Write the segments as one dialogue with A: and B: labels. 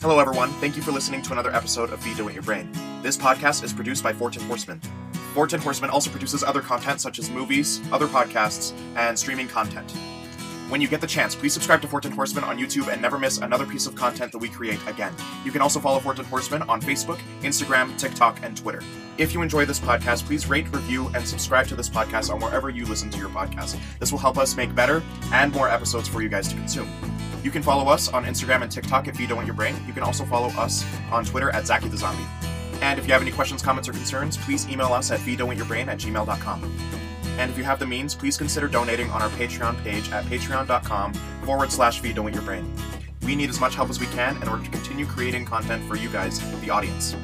A: Hello, everyone. Thank you for listening to another episode of Feed It With Your Brain. This podcast is produced by Fortune Horseman. Fortune Horseman also produces other content such as movies, other podcasts, and streaming content. When you get the chance, please subscribe to Fortune Horseman on YouTube and never miss another piece of content that we create again. You can also follow Fortune Horseman on Facebook, Instagram, TikTok, and Twitter. If you enjoy this podcast, please rate, review, and subscribe to this podcast on wherever you listen to your podcast. This will help us make better and more episodes for you guys to consume. You can follow us on Instagram and TikTok at Vito and Your Brain. You can also follow us on Twitter at Zaki the Zombie. And if you have any questions, comments, or concerns, please email us at VitoandYourBrain at gmail.com. And if you have the means, please consider donating on our Patreon page at patreon.com forward slash VitoandYourBrain. We need as much help as we can in order to continue creating content for you guys, the audience.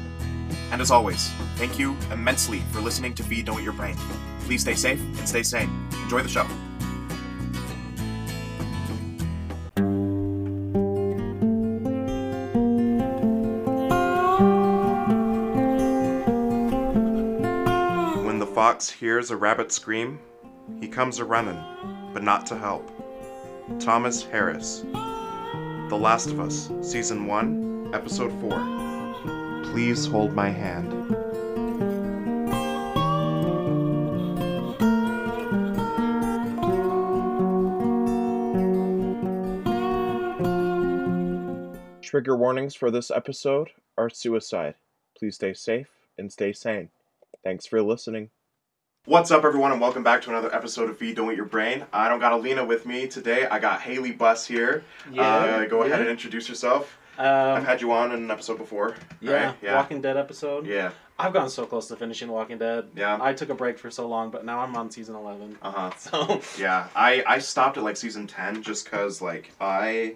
A: And as always, thank you immensely for listening to Feed Don't Your Brain. Please stay safe and stay sane. Enjoy the show. When the fox hears a rabbit scream, he comes a running, but not to help. Thomas Harris. The Last of Us, Season 1, Episode 4. Please hold my hand. Trigger warnings for this episode are suicide. Please stay safe and stay sane. Thanks for listening. What's up, everyone, and welcome back to another episode of Feed Don't Eat Your Brain. I don't got Alina with me today. I got Haley Bus here. uh, go ahead and introduce yourself. I've
B: Um,
A: had you on in an episode before.
B: yeah,
A: right? yeah,
B: Walking Dead episode.
A: yeah,
B: I've gotten so close to finishing Walking Dead.
A: yeah.
B: I took a break for so long, but now I'm on season 11.
A: Uh huh.
B: So,
A: Yeah, I I stopped at like season ten just because like I,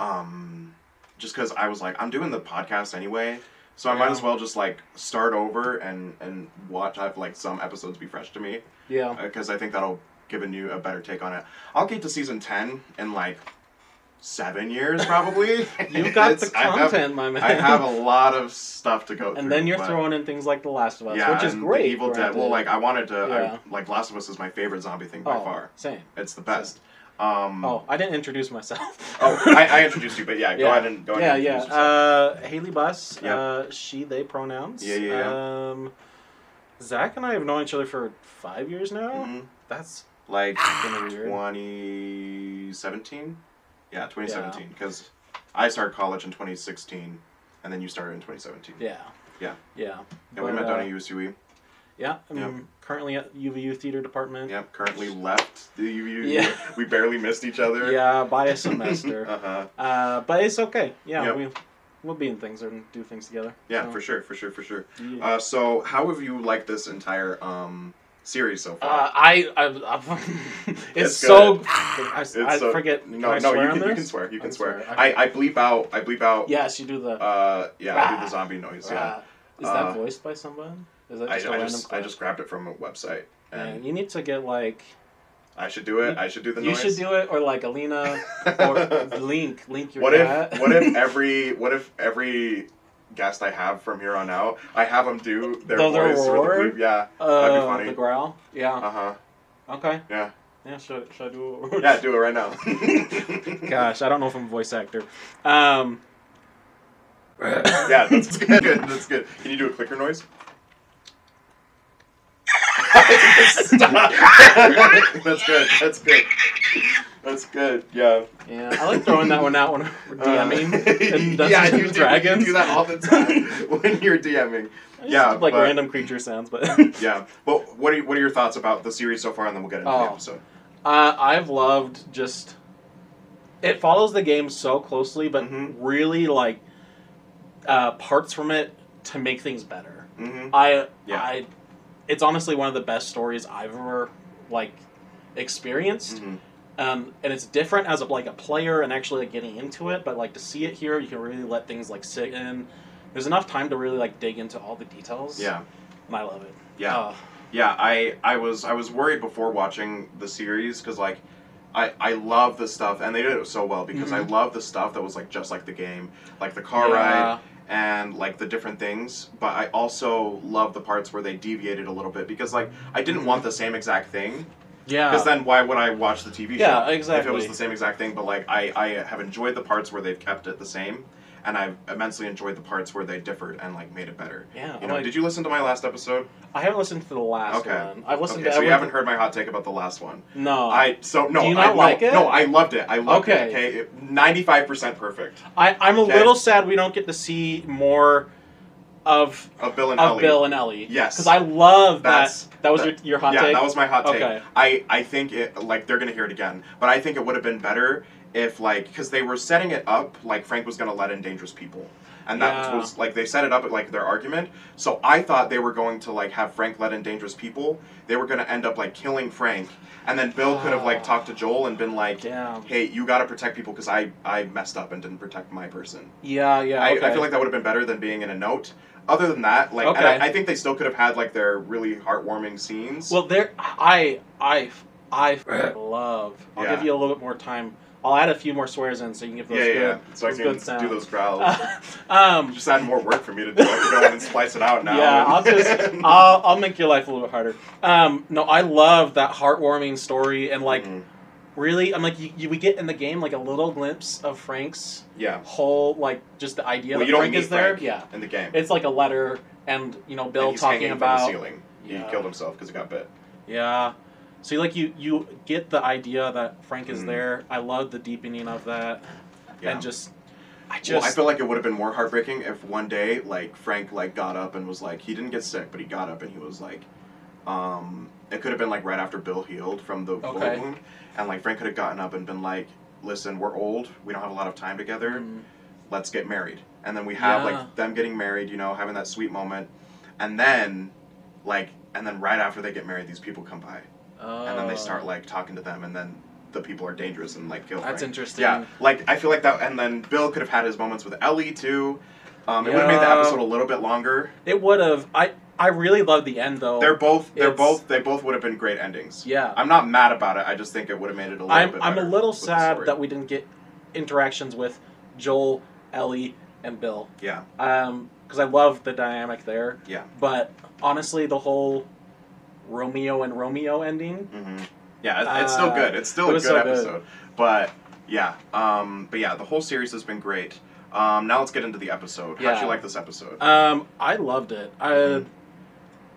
A: um, just because I was like I'm doing the podcast anyway, so I might
B: Yeah.
A: as well just like start over and and watch have like some episodes be fresh to me
B: yeah.
A: because I think that'll give a new a better take on it. I'll get to season ten in like seven years probably.
B: You got the
A: It's- I have-
B: content, my man.
A: I have a lot of stuff to go through.
B: and then you're
A: but-
B: throwing in things like The Last of Us,
A: yeah,
B: which is
A: and
B: great.
A: The Evil Dead.
B: granted.
A: Well, like I wanted to.
B: Yeah.
A: I, like Last of Us is my favorite zombie thing by
B: oh,
A: far.
B: Same.
A: It's the best. Um,
B: Oh, I didn't introduce myself.
A: oh, I, I introduced you, but yeah, go
B: Yeah.
A: ahead and go
B: yeah,
A: ahead. and
B: yeah.
A: introduce yourself.
B: Uh, Haley Bus.
A: Yeah.
B: Uh, she, they pronouns.
A: Yeah, yeah, yeah.
B: Um, Zach and I have known each other for five years now.
A: Mhm.
B: That's
A: Like
B: kind of weird.
A: 2017. Yeah, 2017. Because I started college in 2016, and then you started in 2017.
B: Yeah.
A: Yeah.
B: Yeah.
A: Yeah, we
B: But,
A: met down
B: uh,
A: at USUE.
B: Yeah, I'm
A: Yeah.
B: currently at UVU theater department.
A: Yep. Currently left the UU.
B: Yeah.
A: E. We barely missed each other.
B: Yeah, by a semester.
A: Uh huh.
B: uh, but it's okay. Yeah,
A: Yep.
B: we we'll be in things and do things together.
A: Yeah,
B: So,
A: for sure, for sure, for sure.
B: yeah.
A: Uh, so, how have you liked this entire um series so far?
B: Uh, I, I, I it's,
A: It's
B: so
A: good.
B: I,
A: It's
B: I
A: so-
B: forget.
A: No,
B: can I
A: no,
B: swear
A: you,
B: on
A: can, you
B: this?
A: can swear. You
B: I
A: can swear.
B: swear, okay.
A: I, I bleep out. I bleep out.
B: Yes, you do the.
A: Uh, yeah, I do
B: Rah.
A: the zombie noise. Yeah.
B: uh, is
A: uh,
B: that voiced by someone? Is that
A: I, I
B: just a random
A: just I
B: clip?
A: just grabbed it from a website,
B: Man,
A: and
B: you need to get like
A: I should do it.
B: You-
A: I should do the
B: you
A: noise.
B: should do it or like Alina or Link Link your
A: what
B: cat.
A: if what if every what if every guest I have from here on out, I have them do their
B: The- their
A: voice or
B: roar?
A: the bleep? Yeah.
B: uh,
A: That'd be funny.
B: the growl? Yeah.
A: Uh huh.
B: Okay.
A: Yeah.
B: Yeah, should, should I do it?
A: Yeah. Do it right now.
B: Gosh, I don't know if I'm a voice actor. Um,
A: yeah, that's good. good. That's good. Can you do a clicker noise? Stop. that's good. That's good. That's good. Yeah. Uh,
B: yeah, I like throwing that one out when we're DMing. and Dungeons
A: yeah,
B: and
A: you do,
B: Dragons.
A: you do that all the time when you're DMing.
B: It's
A: yeah,
B: just like
A: but-
B: random creature sounds, but
A: Yeah. But what are what are your thoughts about the series so far, and then we'll get into the
B: Oh.
A: episode.
B: uh, I've loved just it follows the game so closely, but
A: Mhm.
B: really like uh, parts from it to make things better.
A: Mm-hmm.
B: I
A: Yeah.
B: I it's honestly one of the best stories I've ever like experienced.
A: hmm
B: um, and it's different as a, like a player and actually like getting into it but like to see it here you can really let things like sit in there's enough time to really like dig into all the details
A: Yeah.
B: and i love it
A: Yeah.
B: Uh,
A: Yeah, I I was I was worried before watching the series because like I I love the stuff and they did it so well because
B: Mm-hmm.
A: I love the stuff that was like just like the game, like the car ride and like the different things. But I also love the parts where they deviated a little bit because like I didn't want the same exact thing
B: yeah
A: because then why would I watch the TV show?
B: yeah
A: If it
B: exactly
A: was the same exact thing, but like I I have enjoyed the parts where they've kept it the same. and I've immensely enjoyed the parts where they differed and like made it better.
B: Yeah,
A: You
B: I'm
A: know,
B: like-
A: did you listen to my last episode?
B: I haven't listened to the last
A: Okay.
B: one. I've listened
A: okay,
B: to
A: so
B: every.
A: you haven't heard my hot take about the last one.
B: No, I,
A: I so no,
B: Uh, Do you
A: I,
B: not
A: no,
B: like it?
A: No, I loved it. I loved
B: Okay.
A: it. Okay, ninety five percent perfect
B: I am a
A: Okay.
B: little sad we don't get to see more of
A: of Bill and
B: of
A: Ellie.
B: Bill and Ellie.
A: Yes.
B: because I love
A: That's-
B: that. That was
A: that-
B: your your hot
A: yeah,
B: take.
A: that was my hot take.
B: Okay.
A: I I think it like they're gonna hear it again, but I think it would have been better if like because they were setting it up like Frank was gonna let in dangerous people, and that
B: Yeah.
A: was like they set it up at like their argument. So I thought they were going to like have Frank let in dangerous people. They were gonna end up like killing Frank, and then Bill could have like
B: Ah.
A: talked to Joel and been like.
B: Damn.
A: Hey, you gotta protect people because I, I messed up and didn't protect my person.
B: Yeah, yeah.
A: I,
B: okay.
A: I feel like that would have been better than being in a note. Other than that, like, and
B: Okay.
A: I, I think they still could have had like their really heartwarming scenes.
B: Well, there, I, I, I fucking love. I'll
A: Yeah.
B: give you a little bit more time. I'll add a few more swears in so you can give those
A: yeah, yeah, yeah.
B: good.
A: So I
B: those
A: can
B: good sounds.
A: do those growls.
B: um,
A: just add more work for me to do. I can go in and splice it out now. Mm-hmm.
B: yeah, I'll
A: and-
B: just, I'll, I'll make your life a little bit harder. Um, no, I love that heartwarming story and like,
A: Mhm.
B: really, I'm like, you, you, we get in the game like a little glimpse of Frank's
A: yeah,
B: whole like just the idea
A: Well,
B: that
A: you don't
B: Frank
A: meet
B: is there.
A: Frank.
B: Yeah,
A: in the game.
B: it's like a letter and you know Bill
A: and he's
B: talking
A: hanging
B: about
A: from the ceiling.
B: Yeah.
A: He killed himself because he got bit.
B: Yeah. So like you you get the idea that Frank is
A: Mhm.
B: there. I love the deepening of that
A: Yeah.
B: and just I
A: well, I
B: just
A: feel like it would have been more heartbreaking if one day, like Frank, like got up and was like, he didn't get sick, but he got up and he was like, um, it could have been like right after Bill healed from the bullet
B: Okay.
A: wound, and like Frank could have gotten up and been like, listen, we're old, we don't have a lot of time together.
B: Mm.
A: let's get married. And then we have
B: Yeah.
A: like them getting married, you know, having that sweet moment. And then like and then right after they get married, these people come by. and then they
B: Oh,
A: start like talking to them and then the people are dangerous and like kill
B: That's
A: Frank.
B: interesting.
A: Yeah. Like I feel like that and then Bill could have had his moments with Ellie too. Um, it would have made the
B: Yeah.
A: episode a little bit longer.
B: Oh. It would have I I really love the end though.
A: They're both they're
B: It's-
A: both they both would have been great endings.
B: yeah.
A: I'm not mad about it. I just think it would have made it a little
B: I'm
A: bit
B: I'm a
A: better
B: little
A: with the
B: sad
A: story.
B: that we didn't get interactions with Joel, Ellie, and Bill.
A: Yeah.
B: Um because I love the dynamic there.
A: Yeah.
B: But honestly the whole Romeo and Romeo ending
A: hmm Yeah, it, it's still
B: Uh,
A: good. It's still
B: it
A: a good
B: was so good.
A: episode. But yeah, um, but yeah, the whole series has been great. Um, now let's get into the episode. How'd
B: Yeah.
A: you like this episode?
B: Um, I loved it. I,
A: Mhm.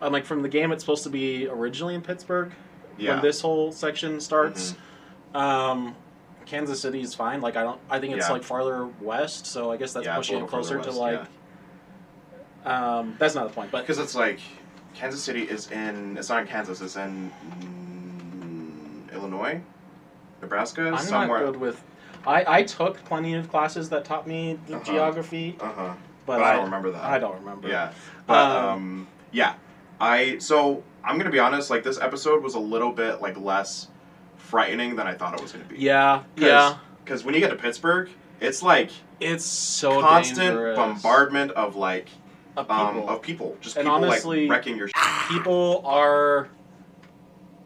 B: I'm like from the game. It's supposed to be originally in Pittsburgh
A: yeah, Mm-hmm.
B: when this whole section starts. Um, Kansas City is fine. Like I don't. I think it's
A: Yeah.
B: like farther west, so I guess that's
A: Yeah, it's a
B: pushing it
A: little further
B: closer to
A: west,
B: like. Um, that's not the point, but
A: because it's like Kansas City is in. It's not in Kansas. It's in mm, Illinois, Nebraska,
B: I'm
A: somewhere.
B: not good with. I, I took plenty of classes that taught me the
A: Uh-huh.
B: geography,
A: Uh huh.
B: but,
A: I don't remember that.
B: I don't remember.
A: Yeah. But
B: Um,
A: um, yeah. I so I'm gonna be honest, like this episode was a little bit like less frightening than I thought it was gonna be.
B: yeah, yeah.
A: Because when you get to Pittsburgh, it's like
B: It's so
A: constant
B: dangerous.
A: bombardment of like
B: of
A: um
B: people.
A: of people, just
B: And
A: people
B: honestly-
A: like wrecking your. Sh-
B: people are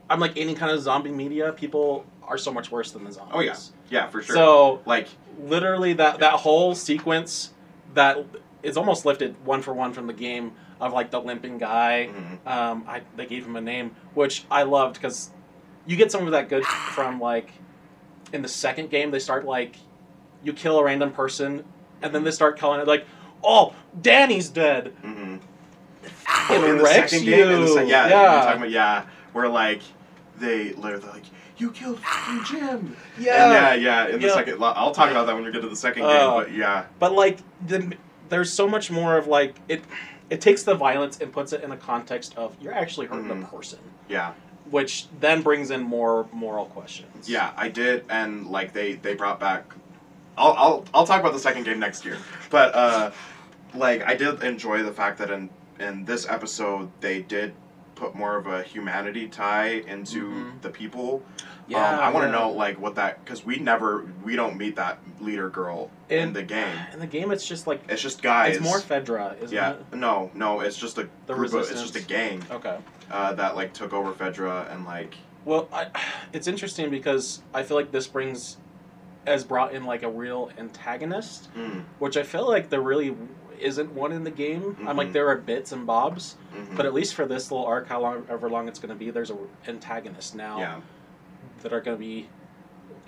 B: I'm like any kind of zombie media, people are so much worse than the zombies.
A: Oh, yeah, for sure.
B: So
A: like
B: literally that that whole sequence that is almost lifted one for one from the game of like the limping guy.
A: mhm,
B: Um, I they gave him a name, which I loved because you get some of that good from like in the second game they start like you kill a random person and then they start calling it like oh Danny's dead
A: mhm.
B: it
A: Mm-hmm. in the
B: wrecks
A: second
B: you
A: game, in the sec- yeah,
B: yeah
A: You're talking about, yeah, where like they literally like you killed fucking Jim.
B: yeah.
A: and yeah, yeah. In
B: Yeah.
A: the second, I'll talk about that when we get to the second
B: Oh.
A: game, but yeah,
B: But like the, there's so much more of like it it takes the violence and puts it in a context of you're actually hurting a
A: Mhm.
B: person,
A: yeah.
B: which then brings in more moral questions.
A: Yeah, I did, and like they they brought back. I'll I'll I'll talk about the second game next year, but uh, like I did enjoy the fact that in in this episode they did put more of a humanity tie into
B: Mhm.
A: the people.
B: yeah.
A: um, I want to
B: yeah.
A: know like what that because we never we don't meet that leader girl in,
B: And-
A: the game.
B: In the game, it's just like
A: It's just guys.
B: it's more Fedra, isn't
A: yeah,
B: it?
A: no, no, it's just a
B: The
A: group. Of, it's
B: resistance.
A: just a gang
B: Okay.
A: uh, that like took over Fedra and like
B: Well, I, it's interesting because I feel like this brings has brought in like a real antagonist,
A: mm,
B: which I feel like there really isn't one in the game. I'm like
A: Mhm.
B: there are bits and bobs,
A: mhm.
B: but at least for this little arc, how long ever long it's going to be, there's a antagonist now.
A: yeah,
B: that are going to be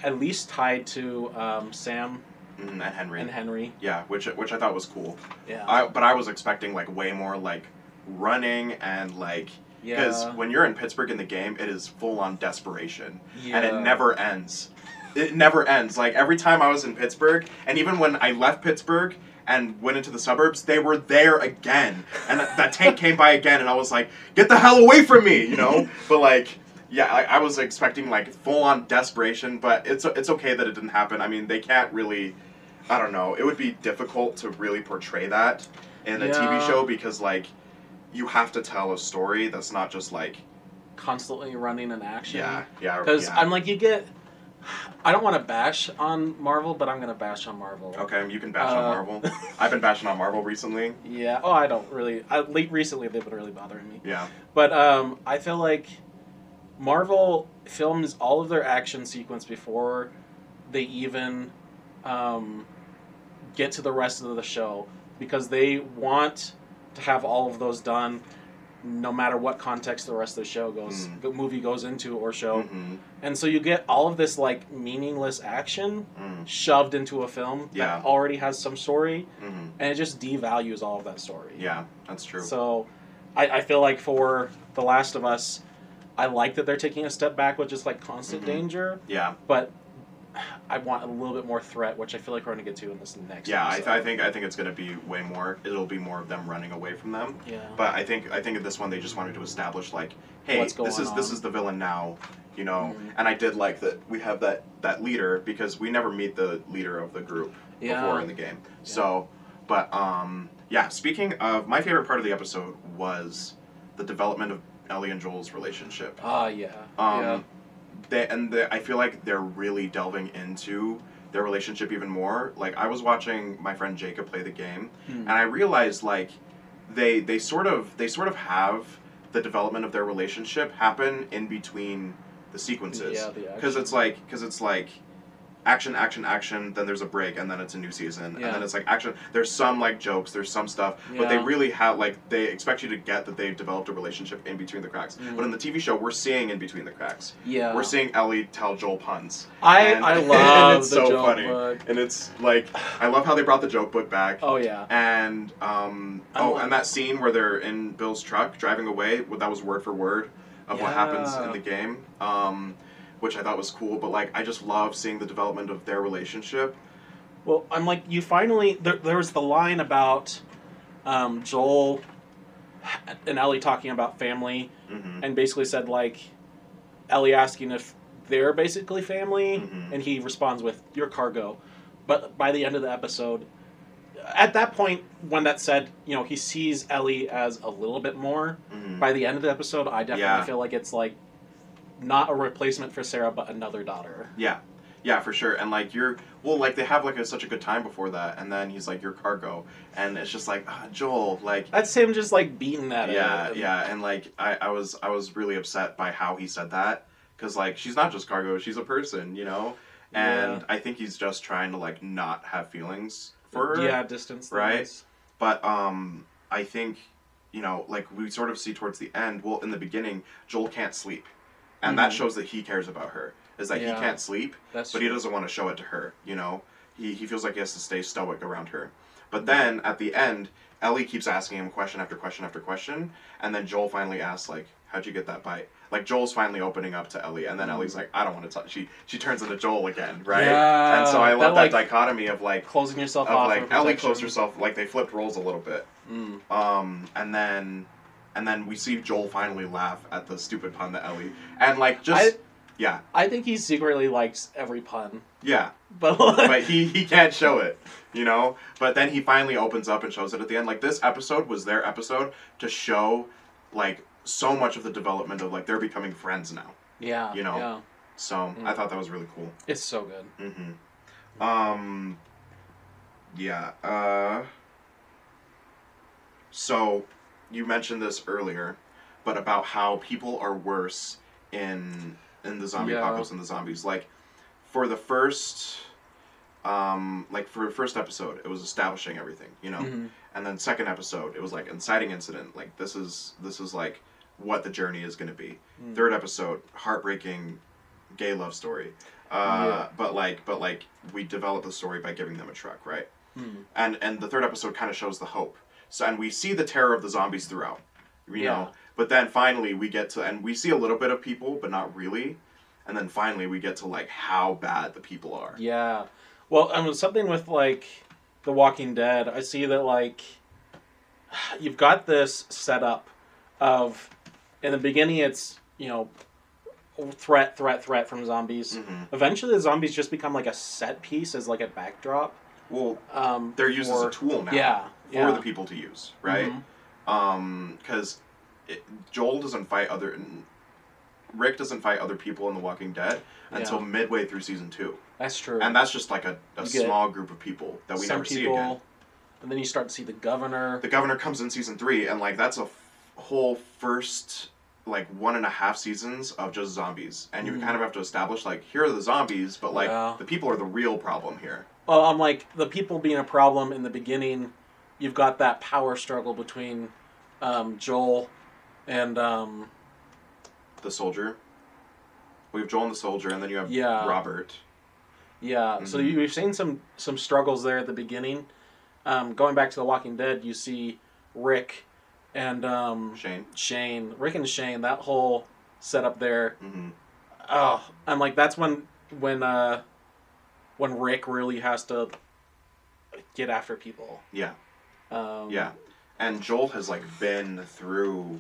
B: at least tied to um, Sam
A: mm, and Henry.
B: and Henry.
A: yeah, which which I thought was cool.
B: Yeah.
A: I but I was expecting like way more like running and like because
B: yeah.
A: when you're in Pittsburgh in the game, it is full on desperation.
B: yeah.
A: and it never ends. It never ends. Like every time I was in Pittsburgh, and even when I left Pittsburgh and went into the suburbs, they were there again. And that, that tank came by again, and I was like, "Get the hell away from me!" You know. But like, yeah, I, I was expecting like full on desperation, but it's it's okay that it didn't happen. I mean, they can't really. I don't know. It would be difficult to really portray that in a TV
B: Yeah.
A: show because like you have to tell a story that's not just like
B: constantly running in action.
A: yeah yeah
B: Because
A: yeah.
B: I'm like, you get. I don't want to bash on Marvel, but I'm gonna bash on Marvel.
A: Okay, you can bash on
B: Uh,
A: Marvel. I've been bashing on Marvel recently.
B: Yeah. Oh, I don't really. I, late recently, they've been really bothering me.
A: Yeah.
B: But um, I feel like Marvel films all of their action sequence before they even um, get to the rest of the show because they want to have all of those done no matter what context the rest of the show goes
A: Mm.
B: the movie goes into or show
A: Mhm.
B: and so you get all of this like meaningless action
A: Mm.
B: shoved into a film
A: Yeah.
B: that already has some story
A: Mhm.
B: and it just devalues all of that story
A: Yeah, that's true.
B: so I, I feel like for The Last of Us, I like that they're taking a step back with just like constant
A: Mhm.
B: danger,
A: yeah,
B: but I want a little bit more threat, which I feel like we're going to get to in this next
A: yeah. I,
B: episode.
A: I think I think it's gonna be way more. It'll be more of them running away from them.
B: Yeah.
A: But I think I think in this one they just wanted to establish like, hey,
B: What's
A: this
B: going
A: is this
B: on?
A: is the villain now, you know.
B: Mhm.
A: And I did like that we have that that leader because we never meet the leader of the group
B: Yeah.
A: before in the game. So, but um, yeah. Speaking of my favorite part of the episode was the development of Ellie and Joel's relationship.
B: Ah, yeah.
A: Um,
B: yeah.
A: They, and they, I feel like they're really delving into their relationship even more. Like I was watching my friend Jacob play the game,
B: Hmm.
A: and I realized like they they sort of they sort of have the development of their relationship happen in between the sequences
B: Yeah, the
A: because it's
B: action.
A: like because it's like action action action then there's a break and then it's a new season
B: Yeah.
A: and then it's like action there's some like jokes there's some stuff but they
B: Yeah.
A: really have like they expect you to get that they've developed a relationship in between the cracks
B: Mhm.
A: but in the tv show we're seeing in between the cracks
B: Yeah.
A: we're seeing ellie tell joel puns
B: I,
A: and-
B: I
A: and
B: love
A: it's
B: the
A: so
B: joke
A: funny.
B: book.
A: and it's like i love how they brought the joke book back
B: Oh, yeah.
A: and um,
B: I
A: oh,
B: like-
A: and that scene where they're in Bill's truck driving away, well, that was word for word of what happens in
B: Yeah.
A: the game, um, which I thought was cool. But like, I just love seeing the development of their relationship.
B: Well, I'm like, you finally. There, there was the line about um, Joel and Ellie talking about family.
A: Mm-hmm.
B: and basically said like Ellie asking if they're basically family
A: Mhm.
B: and he responds with your cargo but by the end of the episode at that point when that said you know he sees Ellie as a little bit more
A: Mm-hmm.
B: by the end of the episode I definitely
A: Yeah.
B: feel like it's like not a replacement for Sarah but another daughter
A: Yeah, yeah, for sure. And like, you're well, like they have like a, such a good time before that, and then he's like, "Your cargo," and it's just like, ah, Joel, like.
B: that's him just like beating that
A: Yeah,
B: at
A: yeah, and like I, I was I was really upset by how he said that because like she's not just cargo, she's a person, you know. And I think he's just trying to like not have feelings for her.
B: yeah distance
A: Right?
B: things.
A: But um, I think you know, like we sort of see towards the end. Well, in the beginning, Joel can't sleep, and that
B: Mhm.
A: shows that he cares about her. Is that
B: Yeah.
A: he can't sleep,
B: that's
A: but he doesn't want to show it to her. You know, he he feels like he has to stay stoic around her. But then at the end, Ellie keeps asking him question after question after question, and then Joel finally asks like, "How'd you get that bite?" Like Joel's finally opening up to Ellie, and then Ellie's like, "I don't want to touch." She she turns into Joel again, right?
B: Mm-hmm. Yeah,
A: and so I love that,
B: that, like-
A: dichotomy of like
B: closing yourself
A: of
B: off
A: like
B: for
A: Ellie
B: protection.
A: closed herself like they flipped roles a little bit,
B: Mm.
A: um, and then and then we see Joel finally laugh at the stupid pun that Ellie and like just
B: I-
A: yeah
B: I think he secretly likes every pun
A: yeah
B: but like,
A: but he he can't show it, you know. But then he finally opens up and shows it at the end. Like this episode was their episode to show, like so much of the development of like they're becoming friends now.
B: yeah
A: you know.
B: yeah.
A: So I thought that was really cool.
B: It's so good.
A: Mm-hmm. Um. Yeah. Uh. So, you mentioned this earlier, but about how people are worse in in the zombie
B: Yeah.
A: apocalypse and the zombies. Like, for the first, um, like for the first episode, it was establishing everything, you know,
B: Mm-hmm.
A: and then second episode, it was like inciting incident. Like this is this is like what the journey is going to be.
B: Mm.
A: Third episode, heartbreaking gay love story. Uh,
B: Yeah.
A: But like, but like, we develop the story by giving them a truck, right?
B: Hmm.
A: And and the third episode kind of shows the hope. So and we see the terror of the zombies throughout, you
B: Yeah.
A: know. But then finally we get to and we see a little bit of people, but not really. And then finally we get to like how bad the people are.
B: Yeah. Well, I mean, something with like The Walking Dead, I see that like you've got this setup of in the beginning it's, you know, threat, threat, threat from zombies.
A: Mhm.
B: Eventually the zombies just become like a set piece as like a backdrop.
A: Well,
B: Um
A: they're used as a
B: for-
A: tool now
B: Yeah.
A: for
B: yeah. Mm-hmm.
A: the people to use, right? Um, because Joel doesn't fight other, n- Rick doesn't fight other people in The Walking Dead until
B: Yeah.
A: midway through season two,
B: That's true.
A: and that's just like a, a
B: You get
A: small group of people that we
B: Some
A: never see
B: people-
A: again.
B: And then you start to see the governor.
A: The governor comes in season three, and like that's a f- whole first like one and a half seasons of just zombies, and you
B: Mhm.
A: kind of have to establish like here are the zombies, but like
B: Yeah.
A: the people are the real problem here.
B: Well, I'm like Uh, the people being a problem in the beginning. You've got that power struggle between um, Joel and um,
A: The soldier. We have Joel and the soldier, and then you have
B: Yeah.
A: Robert.
B: yeah. So
A: Mhm.
B: you, you've seen some some struggles there at the beginning. Um, going back to The Walking Dead, you see Rick and um,
A: Shane.
B: Shane, Rick and Shane. That whole setup there.
A: hmm
B: Oh, I'm like that's when when uh, when Rick really has to get after people.
A: Yeah.
B: Um,
A: Yeah. And Joel has like been through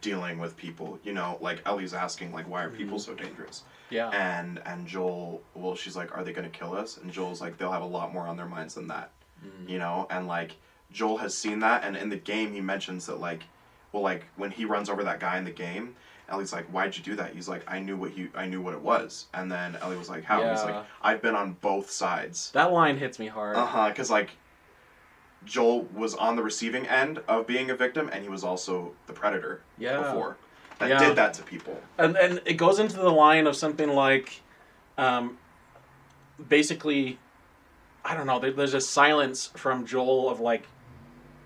A: dealing with people, you know, like Ellie's asking like why are people so dangerous?
B: yeah.
A: And and Joel well she's like are they going to kill us? And Joel's like they'll have a lot more on their minds than that.
B: Mhm.
A: You know, and like Joel has seen that and in the game he mentions that like well like when he runs over that guy in the game Ellie's like, "Why'd you do that?" He's like, "I knew what he, I knew what it was." And then Ellie was like, "How?" And He's
B: Yeah.
A: like, "I've been on both sides."
B: That line hits me hard.
A: Uh huh. Because like, Joel was on the receiving end of being a victim, and he was also the predator
B: Yeah.
A: before that
B: Yeah.
A: did that to people.
B: And and it goes into the line of something like, um, basically, I don't know. There, there's a silence from Joel of like,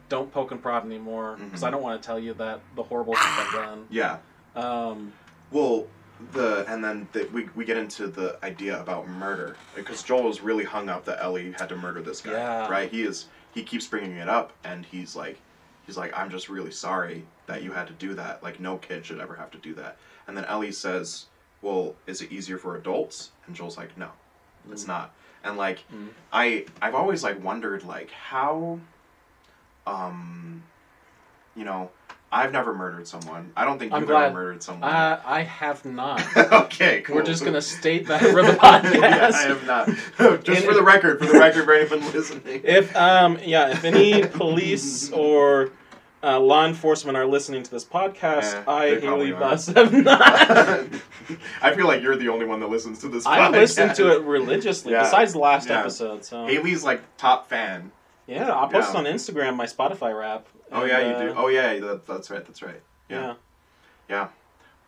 B: don't poke and prod anymore because I
A: Mhm.
B: don't want to tell you that the horrible stuff I've done.
A: Yeah.
B: Um,
A: Well, the and then the, we we get into the idea about murder because Joel is really hung up that Ellie had to murder this guy.
B: Yeah.
A: Right. He is. He keeps bringing it up, and he's like, he's like, I'm just really sorry that you had to do that. Like, no kid should ever have to do that. And then Ellie says, Well, is it easier for adults? And Joel's like, No, it's not. And like,
B: Mm.
A: I I've always like wondered like how, um, you know. I've never murdered someone. I don't think
B: I'm
A: you've
B: glad.
A: ever murdered someone
B: I I have not.
A: okay, cool.
B: We're just gonna state that for the podcast.
A: yeah, I have not. just for the record, for the record, for anyone listening.
B: If um yeah, if any police or uh, law enforcement are listening to this podcast,
A: Eh,
B: I
A: they probably
B: Haley
A: are.
B: Bus have not.
A: I feel like you're the only one that listens to this.
B: I
A: podcast.
B: listen to it religiously.
A: Yeah.
B: Besides the last
A: Yeah.
B: episode, so
A: Haley's like top fan.
B: yeah, I posted
A: Yeah.
B: on Instagram my Spotify rap.
A: Oh
B: and,
A: yeah, you do.
B: uh,
A: Oh yeah, that, that's right. That's right.
B: yeah.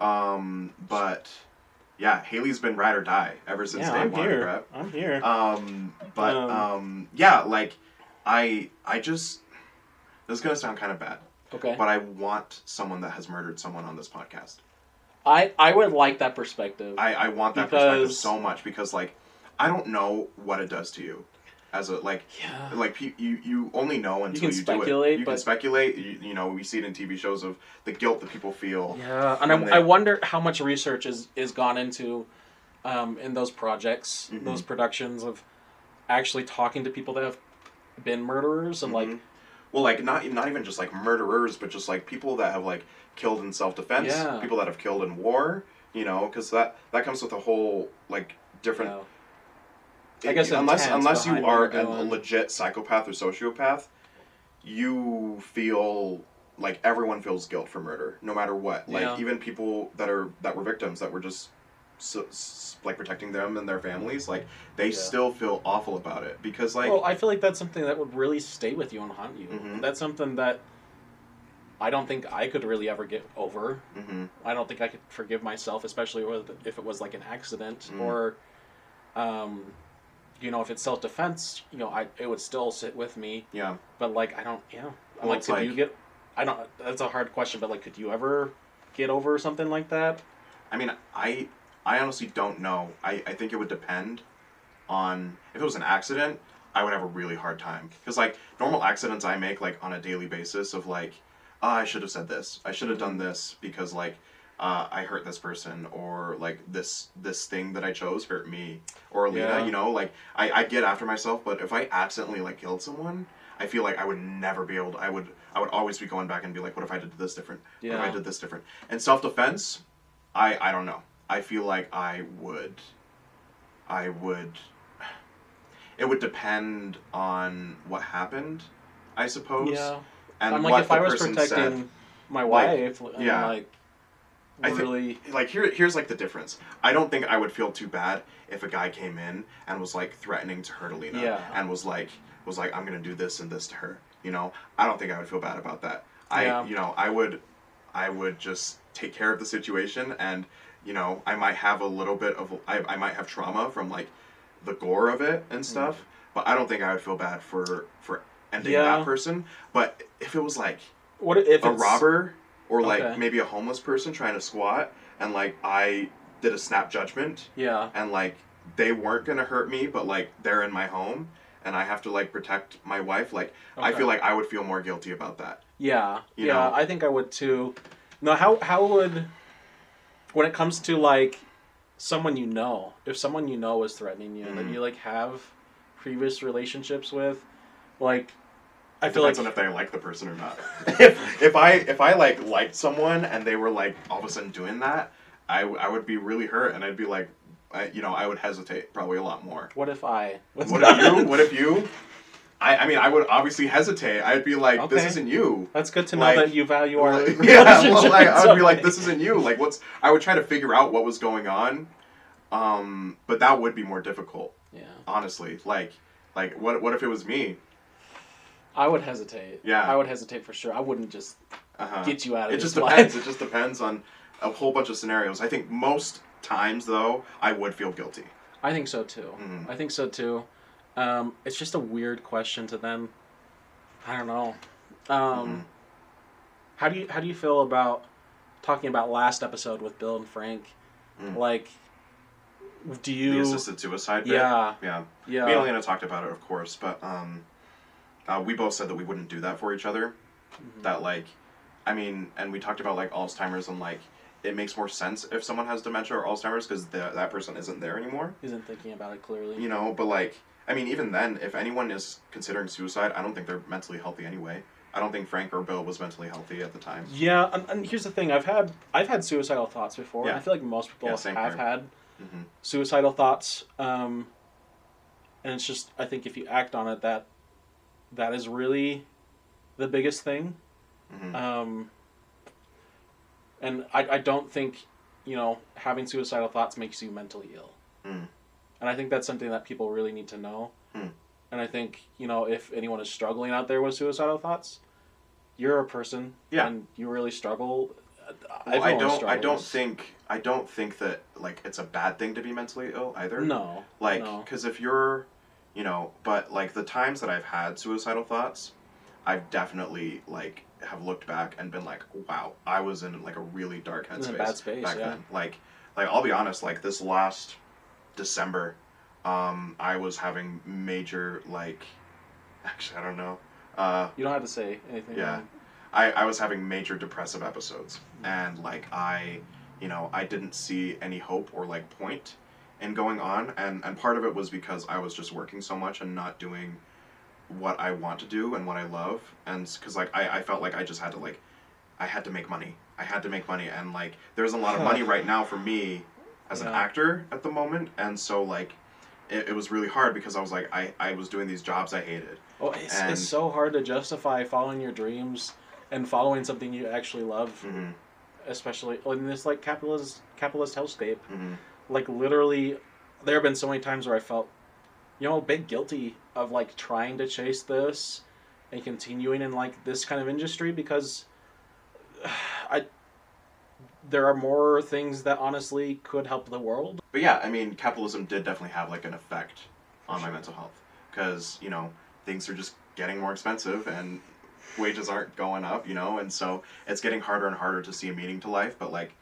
A: Um, but yeah, Haley's been ride or die ever since
B: Yeah,
A: day
B: I'm
A: one.
B: here.
A: right?
B: I'm here.
A: Um, but
B: Um,
A: um, yeah, like I I just this is gonna sound kind of bad,
B: okay.
A: but I want someone that has murdered someone on this podcast.
B: I I would like that perspective.
A: I, I want that perspective
B: Because-
A: so much because like I don't know what it does to you as a like
B: yeah.
A: like pe- you you only know until
B: can
A: you, do it.
B: speculate,
A: You can
B: but-
A: speculate. You, you know we see it in TV shows of the guilt that people feel.
B: Yeah,
A: when
B: and I,
A: they-
B: I wonder how much research is is gone into um, in those projects,
A: Mhm.
B: those productions of actually talking to people that have been murderers and like
A: Mhm. Well, like not not even just like murderers, but just like people that have like killed in self defense.
B: Yeah.
A: People that have killed in war. You know, because that that comes with a whole like different
B: you know, I guess
A: unless
B: intent's
A: unless you
B: behind what
A: are
B: you're
A: a
B: doing.
A: legit psychopath or sociopath, you feel like everyone feels guilt for murder, no matter what. Like
B: Yeah.
A: even people that are that were victims that were just so, s like protecting them and their families, like they
B: Yeah.
A: still feel awful about it because like
B: well, I feel like that's something that would really stay with you and haunt you.
A: Mhm.
B: That's something that I don't think I could really ever get over.
A: Mhm.
B: I don't think I could forgive myself, especially with, if it was like an accident
A: Mm.
B: or, um, you know, if it's self defense. You know, I it would still sit with me,
A: yeah.
B: but like I don't. Yeah, I'm
A: Well,
B: like,
A: it's
B: could
A: like-
B: you get? I don't. That's a hard question, but like, could you ever get over something like that?
A: I mean, I I honestly don't know. I, I think it would depend on if it was an accident, I would have a really hard time because like normal accidents I make like on a daily basis of like "Ah, I should have said this, I should have done this because like uh, I hurt this person or like this this thing that I chose hurt me or Alina,
B: Yeah.
A: you know like I, I get after myself, but if I accidentally like killed someone, I feel like I would never be able. To, I would I would always be going back and be like, what if I did this different? What if
B: Yeah.
A: I did this different? And self defense, I I don't know. I feel like I would, I would. It would depend on what happened, I suppose.
B: Yeah.
A: And
B: I'm
A: what
B: like if
A: the
B: I was
A: person
B: protecting
A: said.
B: my
A: Like,
B: wife, like, I'm
A: yeah.
B: like
A: I think-
B: really
A: Like here, here's like the difference. I don't think I would feel too bad if a guy came in and was like threatening to hurt Alina
B: Yeah.
A: and was like was like I'm gonna do this and this to her. You know, I don't think I would feel bad about that. I
B: Yeah.
A: you know I would I would just take care of the situation and you know I might have a little bit of I, I might have trauma from like the gore of it
B: Mm.
A: and stuff, but I don't think I would feel bad for for ending
B: Yeah.
A: that person. But if it was like
B: what if it's
A: a robber or like
B: Okay.
A: maybe a homeless person trying to squat and like I did a snap judgment
B: Yeah.
A: and like they weren't gonna hurt me but like they're in my home and I have to like protect my wife like I
B: Okay.
A: feel like I would feel more guilty about that
B: Yeah,
A: You
B: yeah,
A: know?
B: I think I would too. Now, how how would when it comes to like someone you know, if someone you know is threatening you that
A: Mhm.
B: you like have previous relationships with, like I
A: it
B: feel
A: depends
B: like
A: on if they like the person or not if, if I if I like liked someone and they were like all of a sudden doing that I, w- I would be really hurt and I'd be like I, you know I would hesitate probably a lot more
B: what if I
A: what if you what if you I, I mean I would obviously hesitate I'd be like this
B: Okay.
A: isn't you
B: That's good to know
A: like-
B: that you value our
A: Like,
B: relationship.
A: yeah, well, like, I would be like,
B: Okay.
A: this isn't you. Like, what's? I would try to figure out what was going on, um, but that would be more difficult,
B: Yeah,
A: honestly. Like, like what? What if it was me?
B: I would hesitate.
A: Yeah.
B: I would hesitate for sure. I wouldn't just
A: Uh-huh.
B: get you out of
A: It
B: this
A: just
B: life.
A: depends. It just depends on a whole bunch of scenarios. I think most times, though, I would feel guilty.
B: I think so too.
A: Mhm.
B: I think so too. Um, it's just a weird question to then. I don't know. Um,
A: Mhm.
B: How do you how do you feel about talking about last episode with Bill and Frank?
A: Mm.
B: Like,
A: the
B: do you?
A: assisted suicide. Bit.
B: Yeah,
A: Yeah.
B: yeah,
A: Me and Elena talked about it, of course, but um, uh, we both said that we wouldn't do that for each other.
B: Mhm.
A: That like, I mean, and we talked about like Alzheimer's and like it makes more sense if someone has dementia or Alzheimer's because that person isn't there anymore.
B: Isn't thinking about it clearly.
A: You know, but like, I mean, even then, if anyone is considering suicide, I don't think they're mentally healthy anyway. I don't think Frank or Bill was mentally healthy at the time.
B: Yeah, and, and here's the thing: I've had I've had suicidal thoughts before. and
A: Yeah.
B: I feel like most people
A: Yeah,
B: have
A: same here.
B: had
A: Mhm.
B: suicidal thoughts, um, and it's just I think if you act on it, that that is really the biggest thing.
A: Mhm.
B: Um, and I, I don't think, you know, having suicidal thoughts makes you mentally ill.
A: Mm.
B: And I think that's something that people really need to know.
A: Mm.
B: And I think, you know, if anyone is struggling out there with suicidal thoughts, you're a person
A: Yeah.
B: and you really struggle.
A: Well, I
B: Everyone
A: don't. I don't
B: struggles.
A: think. I don't think that like it's a bad thing to be mentally ill either.
B: No.
A: like
B: no.
A: because if you're you know but like the times that i've had suicidal thoughts i've definitely like have looked back and been like wow i was in like a really dark
B: was
A: headspace
B: in a bad space,
A: back
B: yeah.
A: then like like i'll be honest like this last december um i was having major like actually i don't know uh
B: You don't have to say anything.
A: Yeah. I, I was having major depressive episodes and like I you know I didn't see any hope or like point in going on and and part of it was because I was just working so much and not doing what I want to do and what I love and because like I, I felt like I just had to like I had to make money I had to make money and like there's a lot of money right now for me as an
B: Yeah.
A: actor at the moment and so like it, it was really hard because I was like I, I was doing these jobs I hated
B: Oh, it's,
A: And-
B: it's so hard to justify following your dreams and following something you actually love,
A: hmm
B: especially in this like capitalist capitalist hellscape.
A: hmm
B: like literally there have been so many times where i felt you know a bit guilty of like trying to chase this and continuing in like this kind of industry because i there are more things that honestly could help the world
A: But yeah, I mean, capitalism did definitely have like an effect on my
B: sure.
A: mental health because you know things are just getting more expensive and wages aren't going up, you know, and so it's getting harder and harder to see a meaning to life. But like,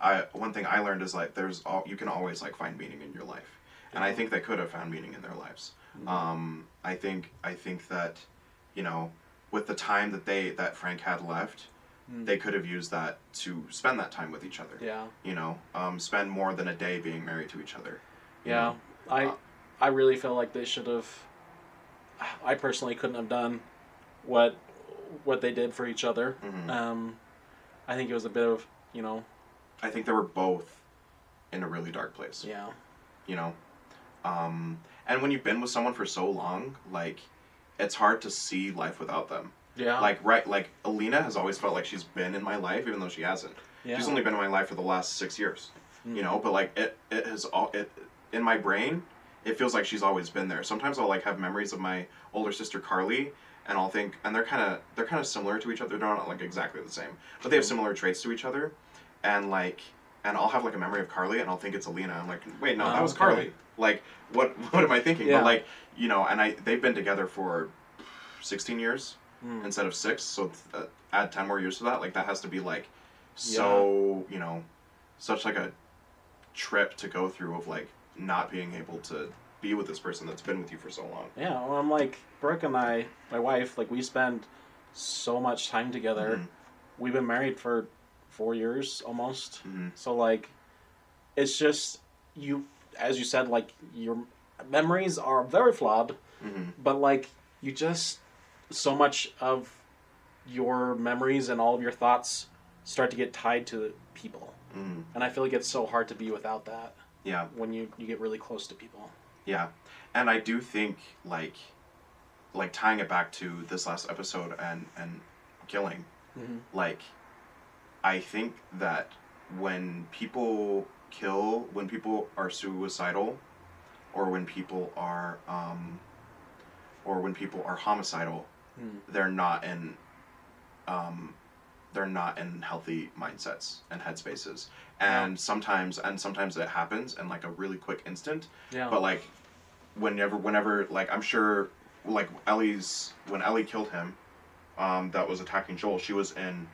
A: I one thing I learned is like there's all you can always like find meaning in your life, and I
B: Yeah.
A: think they could have found meaning in their lives.
B: Mhm.
A: Um, I think I think that, you know, with the time that they that Frank had left,
B: Mm.
A: they could have used that to spend that time with each other.
B: yeah.
A: You know, um, spend more than a day being married to each other. you
B: Yeah,
A: know?
B: I
A: Uh,
B: I really feel like they should have. I personally couldn't have done what what they did for each other.
A: Mhm.
B: Um, I think it was a bit of you know
A: I think they were both in a really dark place.
B: yeah
A: you know um and when you've been with someone for so long like it's hard to see life without them
B: yeah
A: like right like alina has always felt like she's been in my life even though she hasn't
B: yeah.
A: she's only been in my life for the last six years you
B: Mm.
A: know but like it it has all it in my brain it feels like she's always been there sometimes i'll like have memories of my older sister carly and i'll think and they're kind of they're kind of similar to each other they're not like exactly the same but they have
B: Mhm.
A: similar traits to each other and like and i'll have like a memory of carly and i'll think it's alina i'm like wait no that
B: Oh,
A: was
B: okay.
A: carly like what what am i thinking
B: Yeah.
A: but like you know and i they've been together for 16 years
B: Mm.
A: instead of six. So th- uh, add ten more years to that. Like that has to be like so you know, such like a trip to go through of like not being able to be with this person that's been with you for so long.
B: Yeah, well, I'm like Brooke and I, my wife, like we spend so much time together.
A: Mhm.
B: We've been married for four years almost.
A: Mhm.
B: So like, it's just you, as you said, like your memories are very flawed,
A: Mhm.
B: but like you just so much of your memories and all of your thoughts start to get tied to people,
A: Mhm.
B: and I feel like it's so hard to be without that
A: Yeah,
B: when you you get really close to people.
A: yeah, and I do think like like tying it back to this last episode and and killing
B: Mm-hmm.
A: like i think that when people kill when people are suicidal or when people are um or when people are homicidal
B: Mm.
A: they're not in um they're not in healthy mindsets and headspaces and sometimes and sometimes it happens in like a really quick instant
B: Yeah.
A: but like whenever whenever like i'm sure like ellie's when ellie killed him um that was attacking joel she was in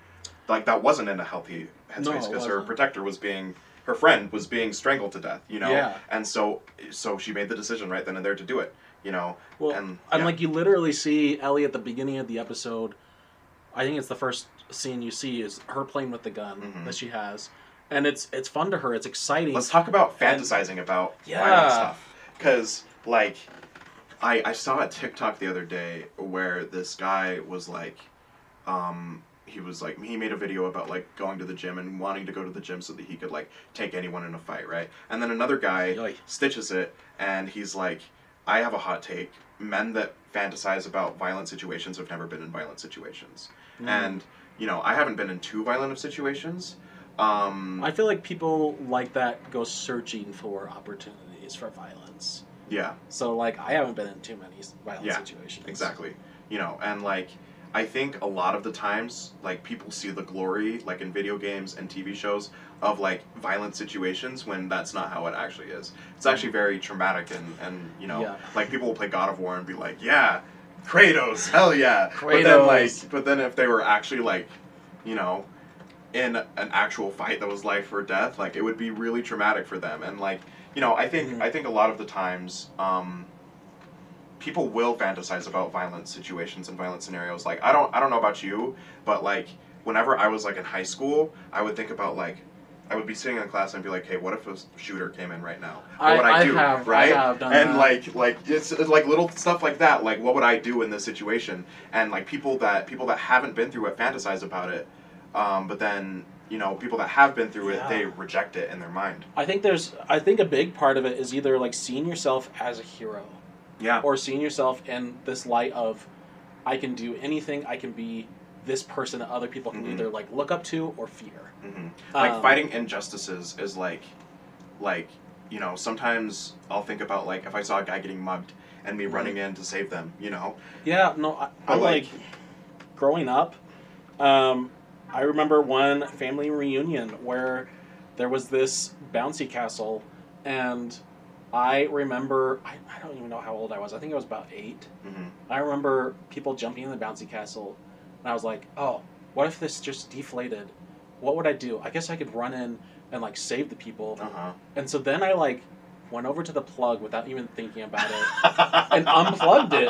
A: like that wasn't in a healthy headspace
B: it
A: because her
B: wasn't.
A: protector was being her friend was being strangled to death you know
B: Yeah.
A: and so so she made the decision right then and there to do it you know
B: Well,
A: And-
B: and,
A: yeah.
B: like you literally see Ellie at the beginning of the episode. I think it's the first scene you see is her playing with the gun
A: Mhm.
B: that she has, and it's it's fun to her. It's exciting.
A: let's talk about
B: And-
A: fantasizing about violent
B: Yeah.
A: stuff because like I, I saw a tiktok the other day where this guy was like um he was like he made a video about like going to the gym and wanting to go to the gym so that he could like take anyone in a fight right and then another guy
B: Yoy.
A: stitches it and he's like i have a hot take men that fantasize about violent situations have never been in violent situations
B: Mm.
A: and you know i haven't been in too violent of situations um
B: I feel like people like that go searching for opportunities for violence.
A: yeah
B: So like I haven't been in too many s- violent
A: Yeah,
B: situations.
A: Exactly. You know, and like I think a lot of the times like people see the glory like in video games and TV shows of like violent situations when that's not how it actually is. It's actually very traumatic and and you know
B: Mm-hmm. Yeah.
A: like people will play God of War and be like, "Yeah, Kratos, hell yeah." But then like
B: Kratos.
A: but then if they were actually like, you know, in an actual fight that was life or death, like it would be really traumatic for them. And like, you know, I think
B: Mhm.
A: I think a lot of the times um people will fantasize about violent situations and violent scenarios. Like I don't I don't know about you, but like whenever I was like in high school, I would think about like I would be sitting in class and be like, "Hey, what if a shooter came in right now? What
B: I-
A: would I,
B: I
A: do?"
B: have- I
A: right?
B: have done
A: and
B: that.
A: like, like it's, it's like little stuff like that. Like, what would I do in this situation? And like people that people that haven't been through it fantasize about it, um, but then you know people that have been through it,
B: Yeah.
A: they reject it in their mind.
B: I think there's I think a big part of it is either like seeing yourself as a hero.
A: Yeah.
B: or seeing yourself in this light of I can do anything, I can be this person that other people can
A: Mhm.
B: either like look up to or fear.
A: hmm like
B: Um,
A: fighting injustices is like like you know sometimes i'll think about like if i saw a guy getting mugged and
B: Mm-hmm.
A: me running in to save them you know
B: Yeah, no, I,
A: But,
B: I'm
A: like-
B: like, growing up. Um, I remember one family reunion where there was this bouncy castle, and I remember I, I don't even know how old I was. I think I was about eight.
A: hmm
B: I remember people jumping in the bouncy castle, and I was like, "Oh, what if this just deflated? What would I do? I guess I could run in and like save the people.
A: Uh
B: And so then I like went over to the plug without even thinking about it.
A: huh.
B: And unplugged it.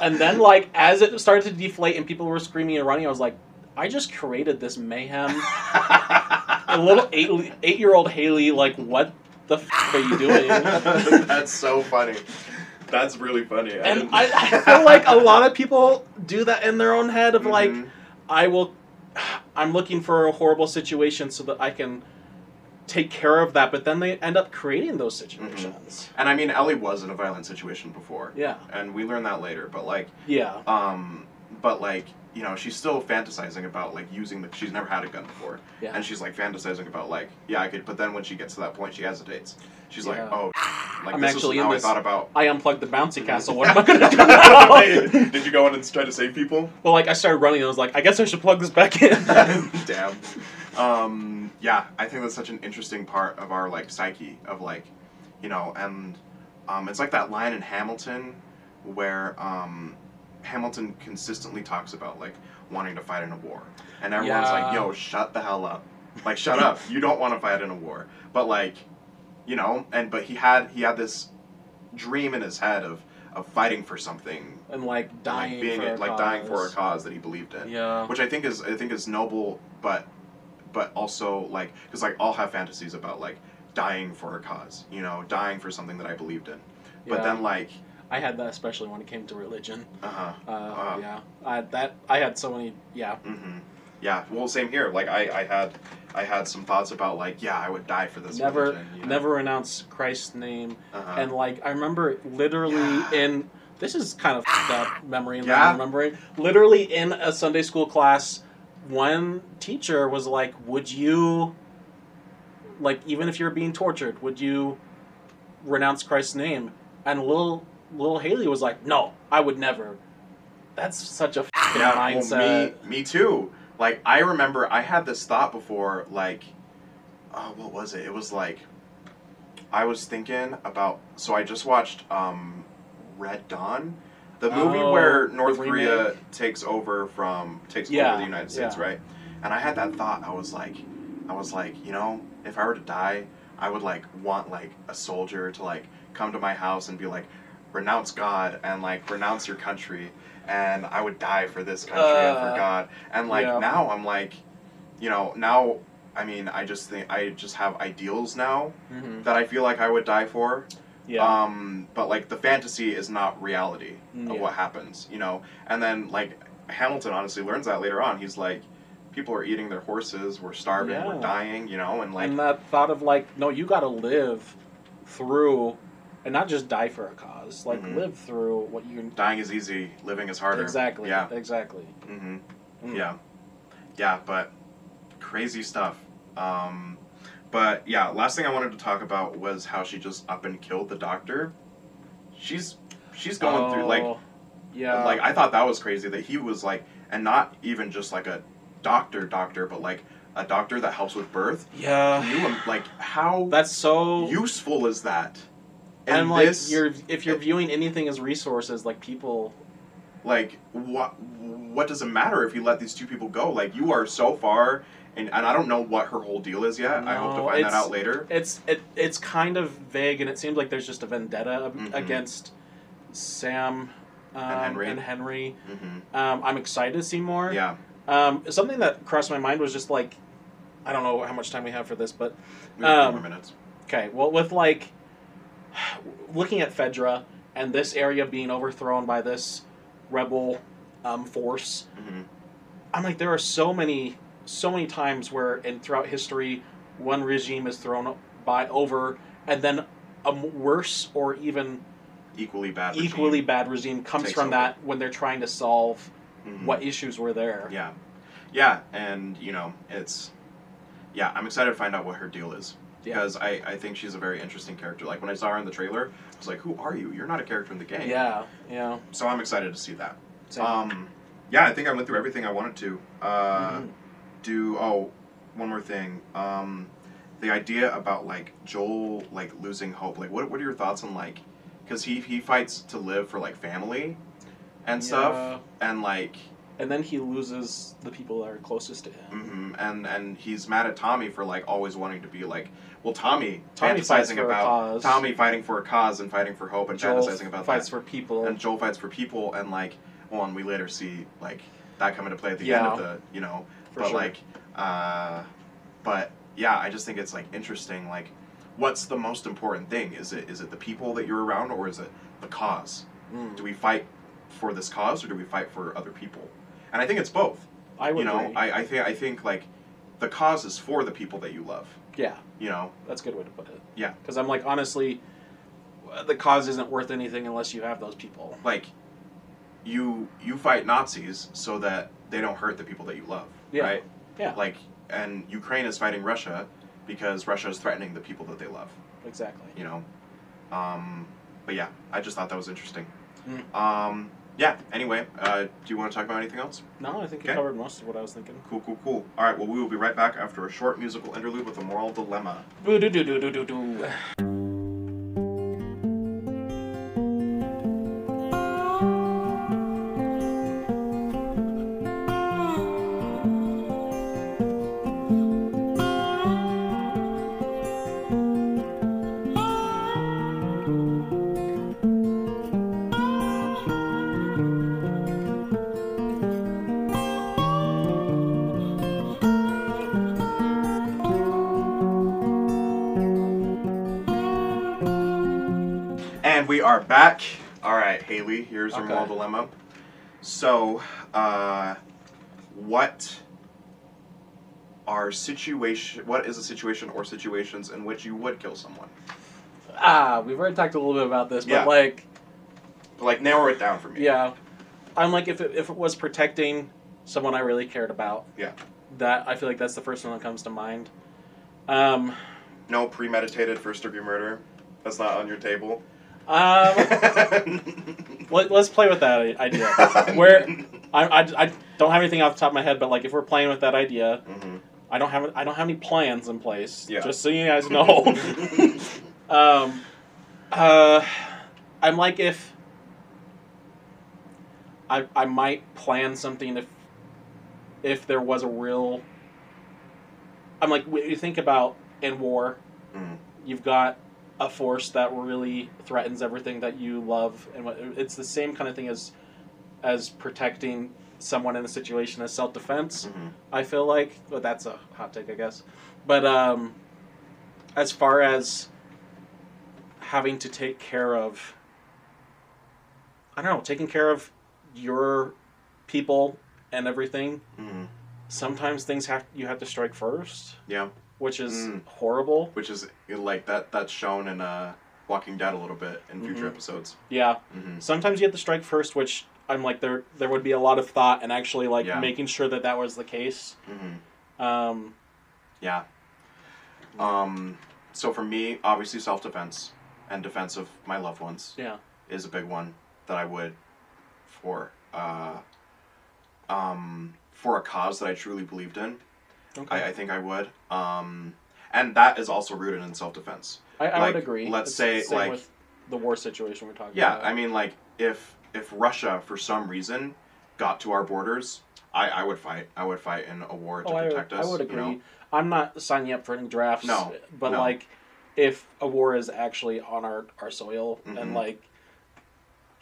B: And then like as it started to deflate and people were screaming and running, I was like, I just created this mayhem. A little eight eight year old Haley, like what the f- are you doing?
A: That's so funny. That's really funny. I
B: and
A: didn't-
B: I, I feel like a lot of people do that in their own head of like
A: Mhm.
B: I will I'm looking for a horrible situation so that I can take care of that, but then they end up creating those situations.
A: And I mean, Ellie was in a violent situation before,
B: Yeah.
A: and we learned that later. But like,
B: Yeah.
A: um, but like, you know, she's still fantasizing about like using the. She's never had a gun before,
B: Yeah.
A: and she's like fantasizing about like, yeah, I could. But then when she gets to that point, she hesitates. She's like,
B: Yeah.
A: oh, like
B: I'm
A: this
B: actually
A: is
B: in
A: how
B: this-
A: I thought about.
B: I unplugged the
A: Mm-hmm.
B: bouncy castle. What am I gonna do now?
A: Did you go in and try to save people?
B: Well, like I started running, and I was like, I guess I should plug this back in.
A: Damn. Um, yeah, I think that's such an interesting part of our like psyche of like, you know, and um, it's like that line in Hamilton where um, Hamilton consistently talks about like wanting to fight in a war, and everyone's like,
B: Yeah.
A: "Yo, shut the hell up! Like, shut up! You don't want to fight in a war." But like, you know, and but he had he had this dream in his head of of fighting for something,
B: and like dying,
A: like being
B: for a
A: like dying for a
B: cause.
A: cause that he believed in
B: Yeah.
A: which I think is I think is noble, but but also like because like I'll have fantasies about like dying for a cause, you know, dying for something that I believed in. But
B: yeah.
A: then like,
B: I had that especially when it came to religion.
A: uh huh,
B: Uh,
A: Wow.
B: Yeah, I that I had so many. Yeah,
A: mm-hmm. yeah. Well, same here. Like I I had I had some thoughts about like yeah I would die for this.
B: never
A: religion, you know?
B: never renounce Christ's name.
A: Uh-huh.
B: And like I remember literally
A: Yeah. Ah.
B: in this is kind of f***ed up memory that
A: Yeah.
B: I'm remembering. Literally in a Sunday school class, one teacher was like, "Would you like even if you're being tortured, would you renounce Christ's name?" And little little Haley was like, "No, I would never." That's such a f***ing
A: Ah. yeah, well,
B: mindset.
A: me me too. Like I remember I had this thought before like, oh, what was it? It was like. I was thinking about so I just watched um, Red Dawn, the movie
B: Oh,
A: where
B: the
A: North
B: remake.
A: Korea takes over from takes
B: Yeah,
A: over the United States,
B: yeah.
A: right? And I had that thought. I was like, I was like, you know, if I were to die, I would like want like a soldier to like come to my house and be like, renounce God and like renounce your country, and I would die for this country and
B: Uh,
A: for God. And like
B: yeah.
A: now, I'm like, you know, now. I mean, I just think I just have ideals now
B: Mhm.
A: that I feel like I would die for.
B: Yeah,
A: Um, but like the fantasy is not reality of
B: Mm, Yeah.
A: what happens, you know. And then like Hamilton honestly learns that later on. He's like, people are eating their horses. We're starving.
B: Yeah.
A: We're dying, you know. And like,
B: and that thought of like, no, you got to live through, and not just die for a cause. Like
A: Mhm.
B: live through what you
A: dying is easy. Living is harder.
B: Exactly.
A: Yeah.
B: Exactly.
A: hmm
B: Mm.
A: Yeah. Yeah. But crazy stuff. Um, but yeah, last thing I wanted to talk about was how she just up and killed the doctor. She's she's going through like
B: Oh, Yeah.
A: Like I thought that was crazy that he was like, and not even just like a doctor, doctor, but like a doctor that helps with birth.
B: yeah.
A: You am- like how
B: That's so.
A: useful is that? And,
B: and like
A: this,
B: you're if you're viewing anything as resources, like people.
A: like, what what does it matter if you let these two people go? Like you are so far, and and I don't know what her whole deal is yet. I hope to
B: No,
A: find that
B: it's-
A: out later.
B: It's it, it's kind of vague, and it seems like there's just a vendetta ab-
A: Mhm.
B: against Sam. Um, and
A: Henry.
B: Henry. Henry.
A: hmm
B: Um, I'm excited to see more.
A: Yeah,
B: Um, something that crossed my mind was just like, I don't know how much time we have for this, but
A: we have a few
B: Um,
A: more minutes.
B: Okay, well, with like looking at Fedra and this area being overthrown by this rebel um, force,
A: Mhm.
B: I'm like, there are so many, so many times where, and throughout history, one regime is thrown by over, and then a m- worse or even
A: Equally bad.
B: equally bad regime comes
A: Takes
B: from
A: over.
B: that when they're trying to solve
A: hmm
B: what issues were there.
A: Yeah, yeah, and you know it's. Yeah, I'm excited to find out what her deal is.
B: yeah,
A: because I, I think she's a very interesting character. Like when I saw her in the trailer, I was like, "Who are you? You're not a character in the game."
B: yeah. yeah.
A: So I'm excited to see that.
B: Same.
A: Um, yeah, I think I went through everything I wanted to. Uh,
B: Mhm.
A: Do oh, one more thing. Um, the idea about like Joel like losing hope. Like, what what are your thoughts on like, because he he fights to live for like family, and stuff, and like,
B: and then he loses the people that are closest to him.
A: hmm And and he's mad at Tommy for like always wanting to be like, well, Tommy,
B: Tommy fights
A: fantasizing
B: for a
A: about
B: cause.
A: Tommy fighting for a cause and fighting for hope and
B: Joel
A: fantasizing about
B: fights
A: that.
B: for people.
A: and Joel fights for people and like, well, and we later see like that come into play at the end
B: Yeah.
A: of the you know,
B: For
A: but
B: sure.
A: like, uh, but yeah, I just think it's like interesting. Like, what's the most important thing? Is it is it the people that you're around or is it the cause?
B: Mm.
A: Do we fight for this cause or do we fight for other people? And I think it's both
B: I would
A: you know
B: agree.
A: I, I think i think like the cause is for the people that you love
B: yeah,
A: you know
B: that's a good way to put it.
A: Yeah.
B: Because I'm like, honestly, the cause isn't worth anything unless you have those people.
A: like you you fight nazis so that they don't hurt the people that you love
B: Yeah.
A: right
B: Yeah.
A: like and ukraine is fighting russia because russia is threatening the people that they love
B: Exactly.
A: you know um but yeah i just thought that was interesting
B: Mm.
A: um yeah anyway uh do you want to talk about anything else
B: No, I think you
A: Okay.
B: covered most of what I was thinking.
A: cool cool cool all right well we will be right back after a short musical interlude with a moral dilemma
B: Boo doo doo doo doo doo doo.
A: And we are back. All right, Haley, here's our
B: Okay.
A: moral dilemma. So, uh, what are situation? What is a situation or situations in which you would kill someone?
B: Ah, we've already talked a little bit about this, but
A: Yeah.
B: like,
A: Like narrow it down for me.
B: yeah, I'm like, if it, if it was protecting someone I really cared about,
A: Yeah.
B: that I feel like that's the first one that comes to mind. Um,
A: No premeditated first degree murder. That's not on your table.
B: um, let, let's play with that i- idea. Where I, I, I don't have anything off the top of my head, but like, if we're playing with that idea,
A: Mhm.
B: I don't have I don't have any plans in place.
A: Yeah.
B: Just so you guys know.
A: Mm-hmm.
B: Um, uh, I'm like if I I might plan something if if there was a real. I'm like when you think about in war,
A: Mm.
B: you've got a force that really threatens everything that you love, and what- it's the same kind of thing as as protecting someone in a situation as self defense.
A: Mhm.
B: I feel like, well, that's a hot take, I guess. But um, as far as having to take care of, I don't know, taking care of your people and everything,
A: Mhm.
B: sometimes things have you have to strike first,
A: Yeah,
B: which is
A: Mm.
B: horrible.
A: which is like that. That's shown in uh, Walking Dead a little bit in future
B: Mhm.
A: episodes.
B: Yeah,
A: Mm-hmm.
B: sometimes you have to strike first, which I'm like there there would be a lot of thought and actually like
A: Yeah.
B: making sure that that was the case.
A: Mm-hmm.
B: Um,
A: Yeah. Um, so for me, obviously, self defense and defense of my loved ones
B: yeah,
A: is a big one that I would for uh, um, for a cause that I truly believed in.
B: okay,
A: I, I think I would. Um, and that is also rooted in self defense.
B: I, I
A: like,
B: would agree.
A: let's
B: It's
A: say,
B: the same
A: like-
B: with the war situation we're talking
A: Yeah,
B: about.
A: I mean, like if if Russia for some reason got to our borders, I, I would fight. I would fight in a war to
B: Oh, I,
A: protect us.
B: I would agree.
A: You know?
B: I'm not signing up for any drafts.
A: No,
B: but
A: no.
B: like, if a war is actually on our our soil and
A: Mhm.
B: like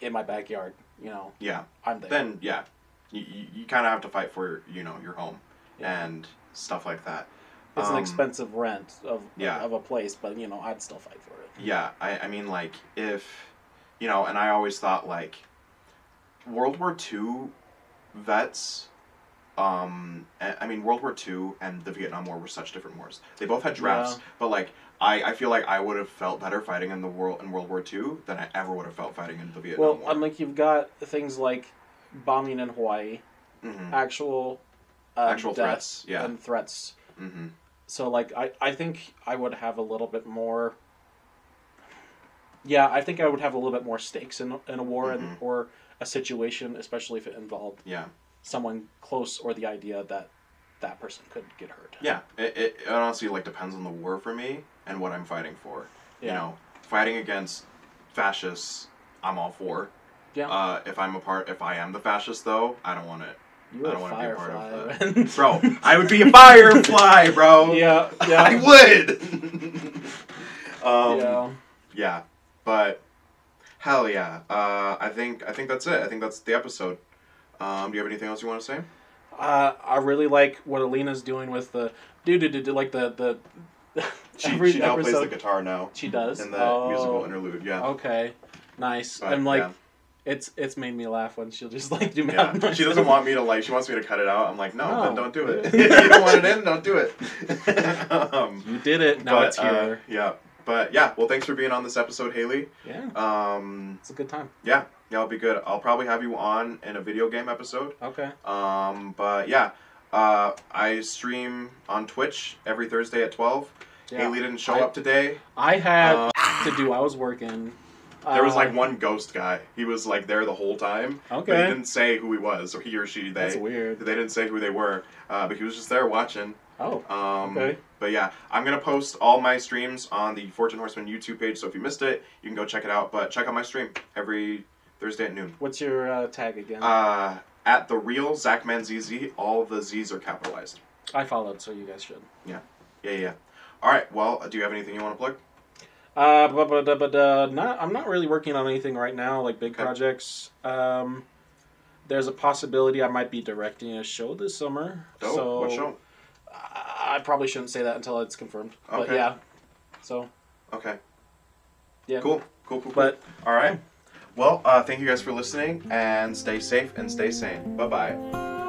B: in my backyard, you know,
A: Yeah.
B: I'm there.
A: then yeah, you, you, you kind of have to fight for you know your home
B: Yeah.
A: and stuff like that.
B: it's an
A: um,
B: expensive rent of
A: yeah.
B: of a place, but you know, I'd still fight for it.
A: Yeah, I, I mean like if you know, and I always thought like World War II vets. Um, a- I mean, World War II and the Vietnam War were such different wars. They both had drafts,
B: Yeah.
A: but like I, I feel like I would have felt better fighting in the world in World War II than I ever would have felt fighting in the Vietnam
B: Well,
A: War.
B: I'm like, you've got things like bombing in Hawaii,
A: mm-hmm.
B: actual um,
A: Actual
B: deaths
A: threats, yeah.
B: and threats.
A: Mm-hmm.
B: So like, I I think I would have a little bit more. Yeah, I think I would have a little bit more stakes in, in a war and,
A: Mhm.
B: or a situation, especially if it involved
A: Yeah.
B: someone close or the idea that that person could get hurt.
A: Yeah, it, it, it honestly like depends on the war for me and what I'm fighting for. You
B: Yeah.
A: know, fighting against fascists, I'm all for.
B: Yeah.
A: Uh, if I'm a part, if I am the fascist though, I don't want it.
B: You were
A: I
B: a
A: don't wanna be part
B: firefly.
A: of
B: Ren.
A: bro. I would be a firefly, bro.
B: yeah,
A: I
B: yeah,
A: would. um, yeah.
B: yeah.
A: but hell yeah. Uh, I think I think that's it. I think that's the episode. Um, do you have anything else you want to say?
B: Uh, I really like what Alina's doing with the do do do do like the the.
A: She,
B: every
A: she now plays the
B: episode-
A: guitar now
B: She does
A: in the musical
B: Oh,
A: interlude. Yeah.
B: Okay, nice.
A: But,
B: I'm like,
A: yeah.
B: it's it's made me laugh when she'll just like do mouth
A: Yeah, she
B: noises.
A: doesn't want me to like. She wants me to cut it out. I'm like, no,
B: No.
A: then don't do it. if you don't want it in, don't do it. um,
B: You did it. Now
A: but,
B: it's
A: uh,
B: here.
A: yeah, but yeah. Well, thanks for being on this episode, Haley.
B: yeah,
A: Um,
B: it's a good time.
A: yeah, yeah, it'll be good. I'll probably have you on in a video game episode.
B: Okay.
A: Um, but yeah, uh, I stream on Twitch every Thursday at twelve.
B: Yeah.
A: Haley didn't show
B: I-
A: up today.
B: I had
A: Uh,
B: to do. I was working.
A: There was
B: Uh,
A: like one ghost guy. He was like there the whole time. But he
B: Okay.
A: didn't say who he was, or he or she. They.
B: That's weird.
A: They didn't say who they were, uh, but he was just there watching.
B: Oh.
A: Um,
B: Okay.
A: But yeah, I'm gonna post all my streams on the Fortune Horseman YouTube page. So if you missed it, you can go check it out. But check out my stream every Thursday at noon.
B: What's your uh, tag again?
A: Uh, at the real Zach Manzizi, all the Z's are capitalized.
B: I followed, so you guys should.
A: Yeah, yeah. yeah. All right. Well, do you have anything you want to plug?
B: Uh, but, but, but, but uh, not, I'm not really working on anything right now, like big
A: Okay.
B: projects. Um, there's a possibility I might be directing a show this summer.
A: Dope.
B: so
A: what show?
B: I, I probably shouldn't say that until it's confirmed. But
A: Okay.
B: yeah. So
A: Okay.
B: yeah.
A: Cool. Cool. Cool. cool.
B: But
A: all right. Well, uh, thank you guys for listening, and stay safe and stay sane. Bye bye.